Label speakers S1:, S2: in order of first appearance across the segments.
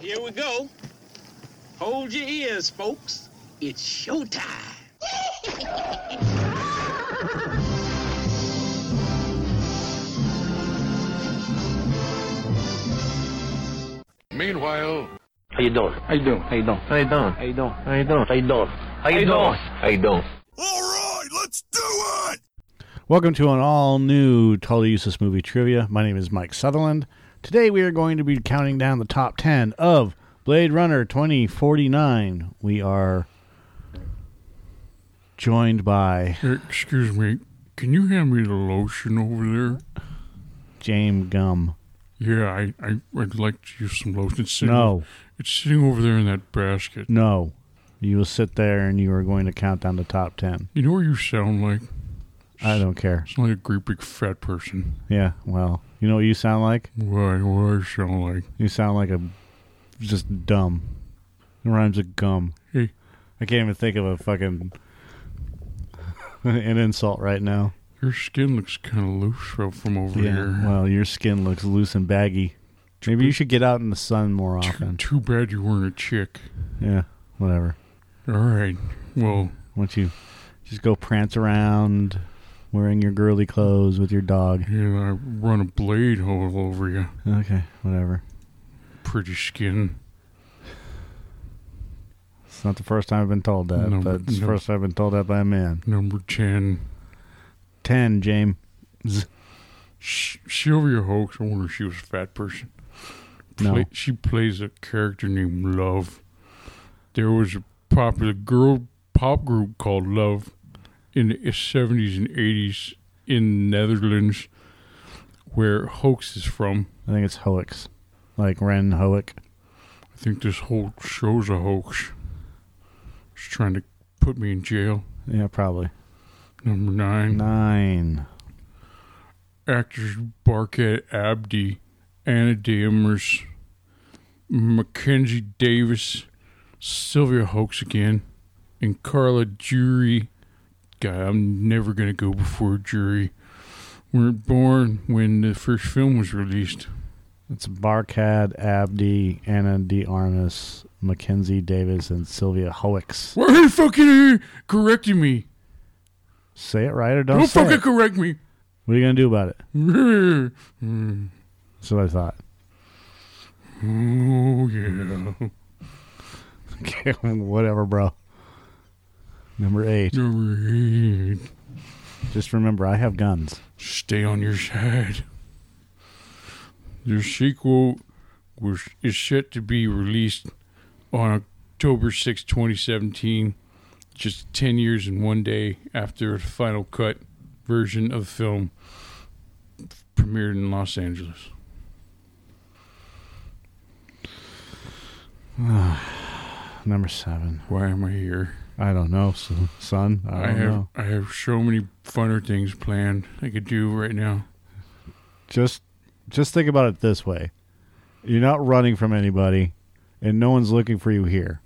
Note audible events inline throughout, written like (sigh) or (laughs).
S1: Here we go. Hold your ears, folks. It's showtime.
S2: Meanwhile,
S3: How you doing? How you doing? How you doing? How you doing? How you doing? How you doing? How you doing? How you doing? How you doing?
S4: Welcome to an all new Tullyusis Movie Trivia. My name is Mike Sutherland. Today we are going to be counting down the top 10 of Blade Runner 2049. We are joined by
S5: Excuse me, can you hand me the lotion over
S4: James
S5: there?
S4: Gum.
S5: Yeah, I, I would like to use some lotion. It's sitting,
S4: No,
S5: it's sitting over there in that basket.
S4: no. You will sit there and you are going to count down the top 10.
S5: You know what you sound like?
S4: I don't care.
S5: Sound like a great big fat person.
S4: Yeah, well, you know what you sound like?
S5: Why? What I sound like?
S4: You sound like a just dumb. It rhymes with gum.
S5: Hey,
S4: I can't even think of a fucking an insult right now.
S5: your skin looks kind of loose right from over here.
S4: Well, your skin looks loose and baggy. Maybe you should get out in the sun more often.
S5: Too bad you weren't a chick.
S4: Yeah. Whatever.
S5: All right. Well,
S4: Why don't you just go prance around wearing your girly clothes with your dog?
S5: yeah, I run a blade all over you.
S4: Okay. Whatever.
S5: Pretty skin.
S4: It's not the first time I've been told that,
S5: No,
S4: but it's the
S5: no.
S4: first time I've been told that by a man.
S5: Number 10.
S4: Ten, James.
S5: Sh- Sylvia Hoax, I wonder if she was a fat person.
S4: No.
S5: Play- she plays a character named Love. There was a popular girl pop group called Love in the 70s and 80s in Netherlands, where Hoax is from.
S4: I think it's Hoeks. Like Ren Hoek.
S5: I think this whole show's a hoax. She's trying to put me in jail.
S4: Yeah, probably.
S5: Number nine,
S4: Nine.
S5: actors Barkat Abdi, Anna de Emers, Mackenzie Davis, Sylvia Hoax again, and Carla Jury. God, I'm never going to go before a jury. Weren't born when the first film was released.
S4: It's Barkad, Abdi, Anna De Armas, Mackenzie Davis, and Sylvia Hoeks.
S5: Why are you fucking uh, correcting me?
S4: Say it right or don't,
S5: Don't,
S4: say
S5: fucking
S4: it.
S5: correct me. (laughs)
S4: What are you gonna do about it?
S5: Mm,
S4: That's what I thought.
S5: Oh,
S4: (laughs)
S5: yeah.
S4: Okay, whatever, bro. Number eight.
S5: Number eight.
S4: Just remember, I have guns.
S5: stay on your side. Their sequel was is set to be released on October 6, 2017, just 10 years and one day after the final cut version of the film premiered in Los Angeles.
S4: Number seven.
S5: Why am I here?
S4: I don't know, s- son. I don't
S5: I have
S4: know.
S5: I have so many funner things planned I could do right now.
S4: Just, just think about it this way: you're not running from anybody, and no one's looking for you here.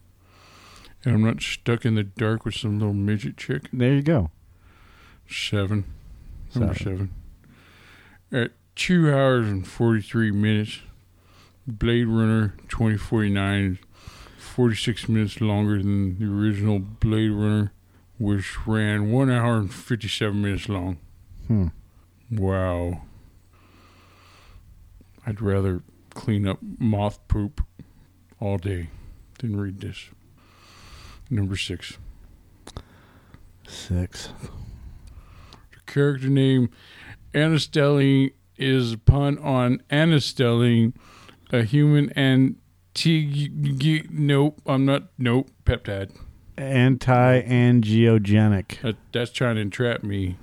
S5: And I'm not stuck in the dark with some little midget chick.
S4: There you go.
S5: Seven. Number seven. At two hours and 43 minutes, Blade Runner 2049 is 46 minutes longer than the original Blade Runner, which ran one hour and 57 minutes long.
S4: Hmm.
S5: Wow. I'd rather clean up moth poop all day than read this. Number six.
S4: Six.
S5: character name Anastelling is a pun on Anastelling, a human and T. Nope, I'm not. Nope, peptide.
S4: Anti-angiogenic.
S5: That, that's trying to entrap me.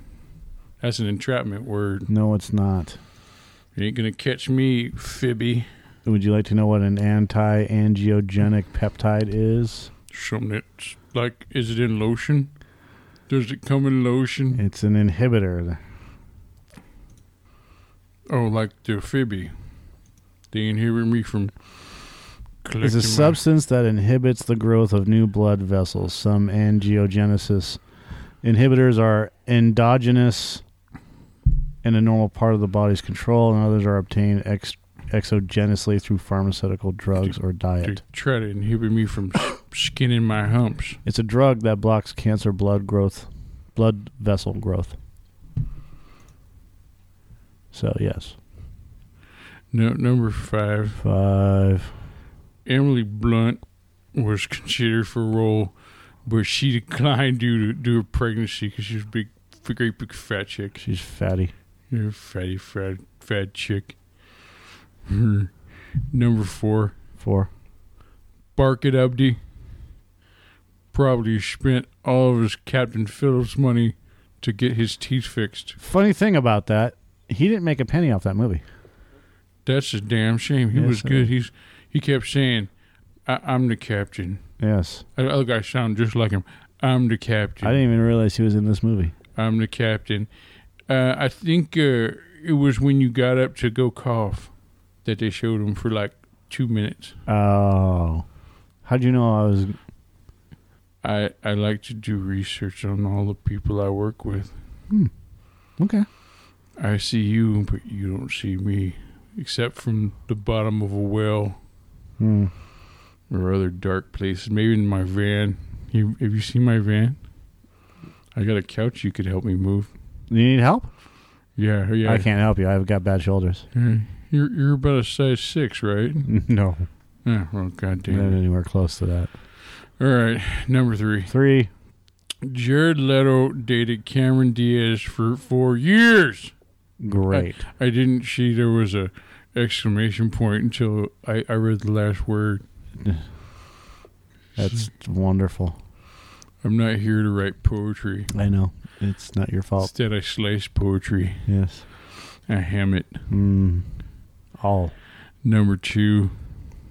S5: That's an entrapment word.
S4: No, it's not.
S5: You ain't gonna catch me, Fibby.
S4: Would you like to know what an anti-angiogenic peptide is?
S5: Something that's like, is it in lotion? Does it come in lotion?
S4: It's an inhibitor.
S5: Oh, like the Fibby. They inhibit me from.
S4: It's
S5: collecting
S4: a
S5: my-
S4: substance that inhibits the growth of new blood vessels, some angiogenesis. Inhibitors are endogenous and a normal part of the body's control, and others are obtained ex- exogenously through pharmaceutical drugs or diet.
S5: to try to inhibit me from s- skinning my humps.
S4: It's a drug that blocks cancer blood growth, blood vessel growth. So, yes.
S5: No, number five.
S4: Five.
S5: Emily Blunt was considered for a role, but she declined due to due to pregnancy because she was a big, f- great big fat chick.
S4: She's fatty.
S5: You know, fatty, fat, fat chick. Hmm. Number four,
S4: Four.
S5: Bark It Abdi. Probably spent all of his Captain Phillips money to get his teeth fixed.
S4: Funny thing about that, he didn't make a penny off that movie.
S5: That's a damn shame. He
S4: Yes,
S5: was
S4: sir.
S5: good. He's he kept saying, I- "I'm the captain."
S4: Yes.
S5: The other guy sounded just like him. I'm the captain.
S4: I didn't even realize he was in this movie.
S5: I'm the captain. Uh, I think uh, it was when you got up to go cough that they showed him for like two minutes.
S4: Oh. How'd you know I was.
S5: I, I like to do research on all the people I work with.
S4: Okay.
S5: I see you, but you don't see me, except from the bottom of a well
S4: Hmm.
S5: or other dark places. Maybe in my van. You, have you seen my van? I got a couch you could help me move.
S4: You need help?
S5: Yeah, yeah.
S4: I can't help you. I've got bad shoulders.
S5: Uh, You're you're about a size six, right?
S4: (laughs) no.
S5: Yeah. Well, goddamn.
S4: Not
S5: it.
S4: anywhere close to that.
S5: All right, number three.
S4: Three.
S5: Jared Leto dated Cameron Diaz for four years.
S4: Great.
S5: I didn't see there was a exclamation point until I, I read the last word.
S4: That's wonderful.
S5: I'm not here to write poetry.
S4: I know. It's not your fault.
S5: Instead, I slice poetry.
S4: Yes.
S5: I ham it.
S4: Mm. All.
S5: Number two.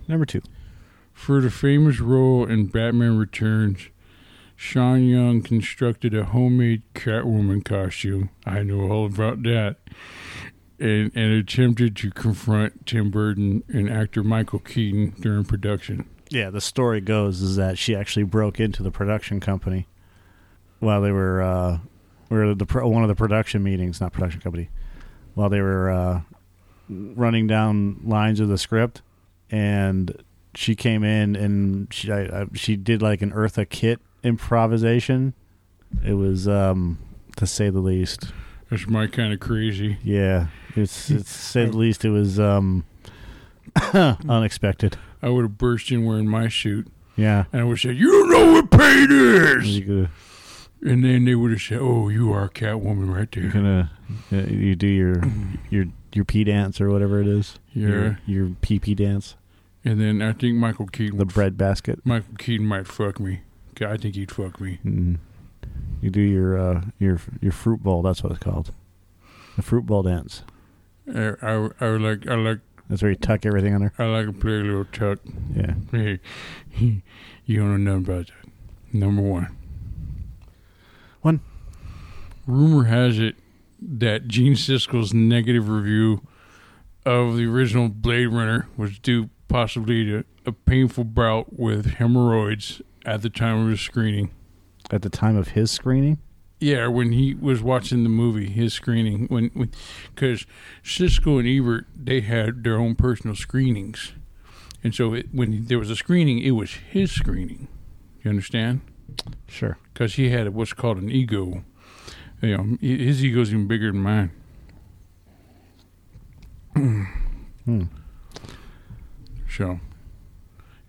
S4: Number two.
S5: For the famous role in Batman Returns, Sean Young constructed a homemade Catwoman costume. I know all about that. And, and attempted to confront Tim Burton and actor Michael Keaton during production.
S4: Yeah, the story goes is that she actually broke into the production company while they were uh, were the pro- one of the production meetings, not production company, while they were uh, running down lines of the script, and she came in and she I, I, she did like an Eartha Kit improvisation. It was um, to say the least.
S5: That's my kind of crazy.
S4: Yeah, it's it's to say the least. It was um, (coughs) unexpected.
S5: I would have burst in wearing my suit
S4: Yeah.
S5: and I would have said, You don't know what pain is!
S4: You could-
S5: And then they would have said, Oh, you are Catwoman right
S4: You're
S5: there.
S4: gonna uh, you do your your your pee dance or whatever it is.
S5: Yeah.
S4: Your, your pee pee dance.
S5: And then I think Michael Keaton,
S4: The bread basket.
S5: Michael Keaton might fuck me. I think he'd fuck me.
S4: Mm. You do your uh, your your fruit bowl. That's what it's called. The fruit bowl dance.
S5: I, I, I would like I like
S4: That's where you tuck everything under.
S5: I like to play a little tuck.
S4: Yeah.
S5: Hey, you don't know nothing about that. Number one.
S4: One.
S5: Rumor has it that Gene Siskel's negative review of the original Blade Runner was due possibly to a painful bout with hemorrhoids at the time of his screening.
S4: At the time of his screening,
S5: Yeah, when he was watching the movie, his screening, when because Siskel and Ebert they had their own personal screenings, and so it, when there was a screening, it was his screening. You understand?
S4: sure.
S5: Because he had what's called an ego. You know, hi- his ego's even bigger than mine. So,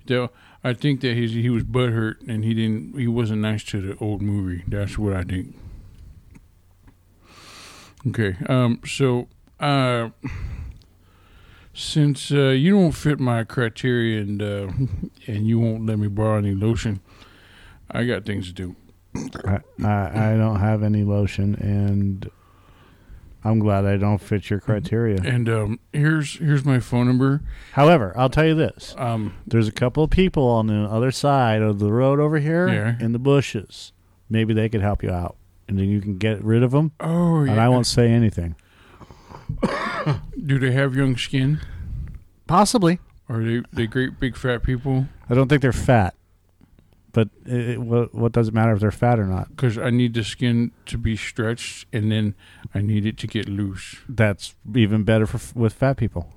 S5: though, I think that his, he was butthurt and he didn't. He wasn't nice to the old movie. That's what I think. Okay. Um. So, uh, since uh, you don't fit my criteria and uh, (laughs) and you won't let me borrow any lotion, I got things to do.
S4: I, I I don't have any lotion, and I'm glad I don't fit your criteria.
S5: And um, here's here's my phone number.
S4: However, I'll tell you this:
S5: Um,
S4: There's a couple of people on the other side of the road over here
S5: Yeah.
S4: in the bushes. Maybe they could help you out, and then you can get rid of them.
S5: oh, yeah.
S4: And I won't say anything.
S5: Do they have young skin?
S4: Possibly.
S5: Are they they great big fat people?
S4: I don't think they're fat, but it, it- what what does it matter if they're fat or not?
S5: Because I need the skin to be stretched, and then I need it to get loose.
S4: That's even better for f- with fat people.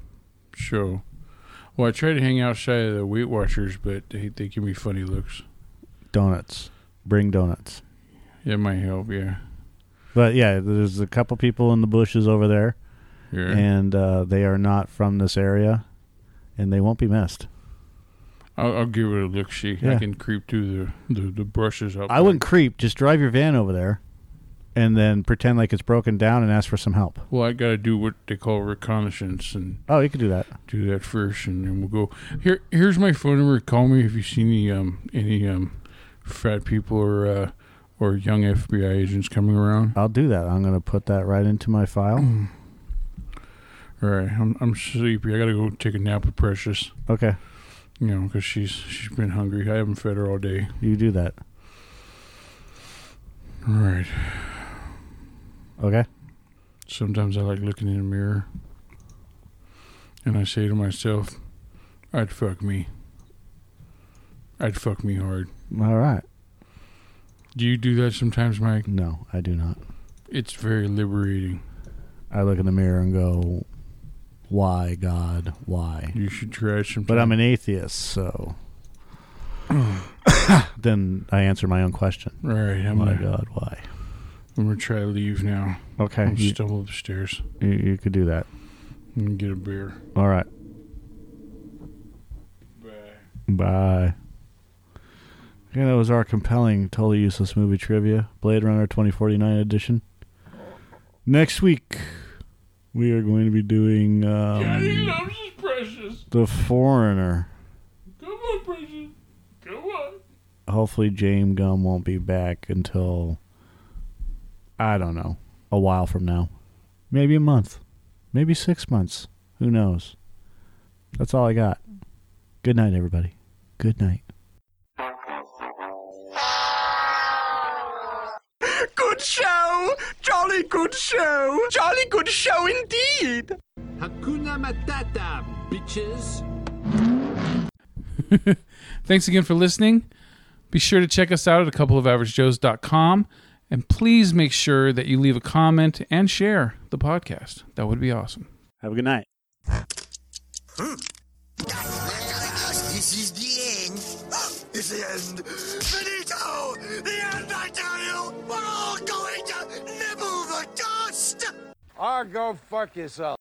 S5: show. Well, I try to hang outside of the Weight Watchers, but they, they give me funny looks.
S4: Donuts. Bring donuts.
S5: It might help, yeah.
S4: But yeah, there's a couple people in the bushes over there,
S5: Yeah.
S4: and uh, they are not from this area, and they won't be missed.
S5: I'll, I'll give it a look see. I
S4: Yeah.
S5: can creep through the, the, the brushes up.
S4: I wouldn't creep. Just drive your van over there, and then pretend like it's broken down and ask for some help.
S5: Well, I got to do what they call reconnaissance and
S4: Oh, you could do that.
S5: do that first, and then we'll go. Here, here's my phone number. Call me if you see any um any um fat people or uh or young FBI agents coming around.
S4: I'll do that. I'm going to put that right into my file.
S5: All right, I'm I'm sleepy. I gotta go take a nap with Precious.
S4: Okay,
S5: You know, 'cause she's she's been hungry. I haven't fed her all day.
S4: you do that.
S5: All right.
S4: Okay.
S5: Sometimes I like looking in the mirror, and I say to myself, "I'd fuck me. I'd fuck me hard."
S4: All right.
S5: Do you do that sometimes, Mike?
S4: No, I do not.
S5: It's very liberating.
S4: I look in the mirror and go, "Why, God, why?"
S5: You should try it sometime.
S4: But I'm an atheist, so then I answer my own question.
S5: All right, I'm
S4: my
S5: gonna,
S4: God, why?
S5: I'm gonna try to leave now.
S4: Okay,
S5: I'm
S4: you,
S5: stumble upstairs
S4: you, you could do that.
S5: and get a beer.
S4: All right. Bye. Okay, that was our compelling, totally useless movie trivia, Blade Runner 2049 edition. Next week, we are going to be doing
S5: Johnny
S4: um,
S5: loves his precious.
S4: The Foreigner.
S5: Come on, precious. Come on.
S4: Hopefully, James Gum won't be back until, I don't know, a while from now. Maybe a month. Maybe six months. Who knows? That's all I got. Good night, everybody. Good night.
S2: Good show! Jolly good show! Jolly good show indeed!
S6: Hakuna Matata, bitches.
S7: Thanks again for listening. Be sure to check us out at a couple of averagejoes.com and please make sure that you leave a comment and share the podcast. That would be awesome.
S4: Have a good night.
S2: This is the end. It's the end. Benito! The end, I tell you! We're all going to nibble the dust!
S6: Or go fuck yourself.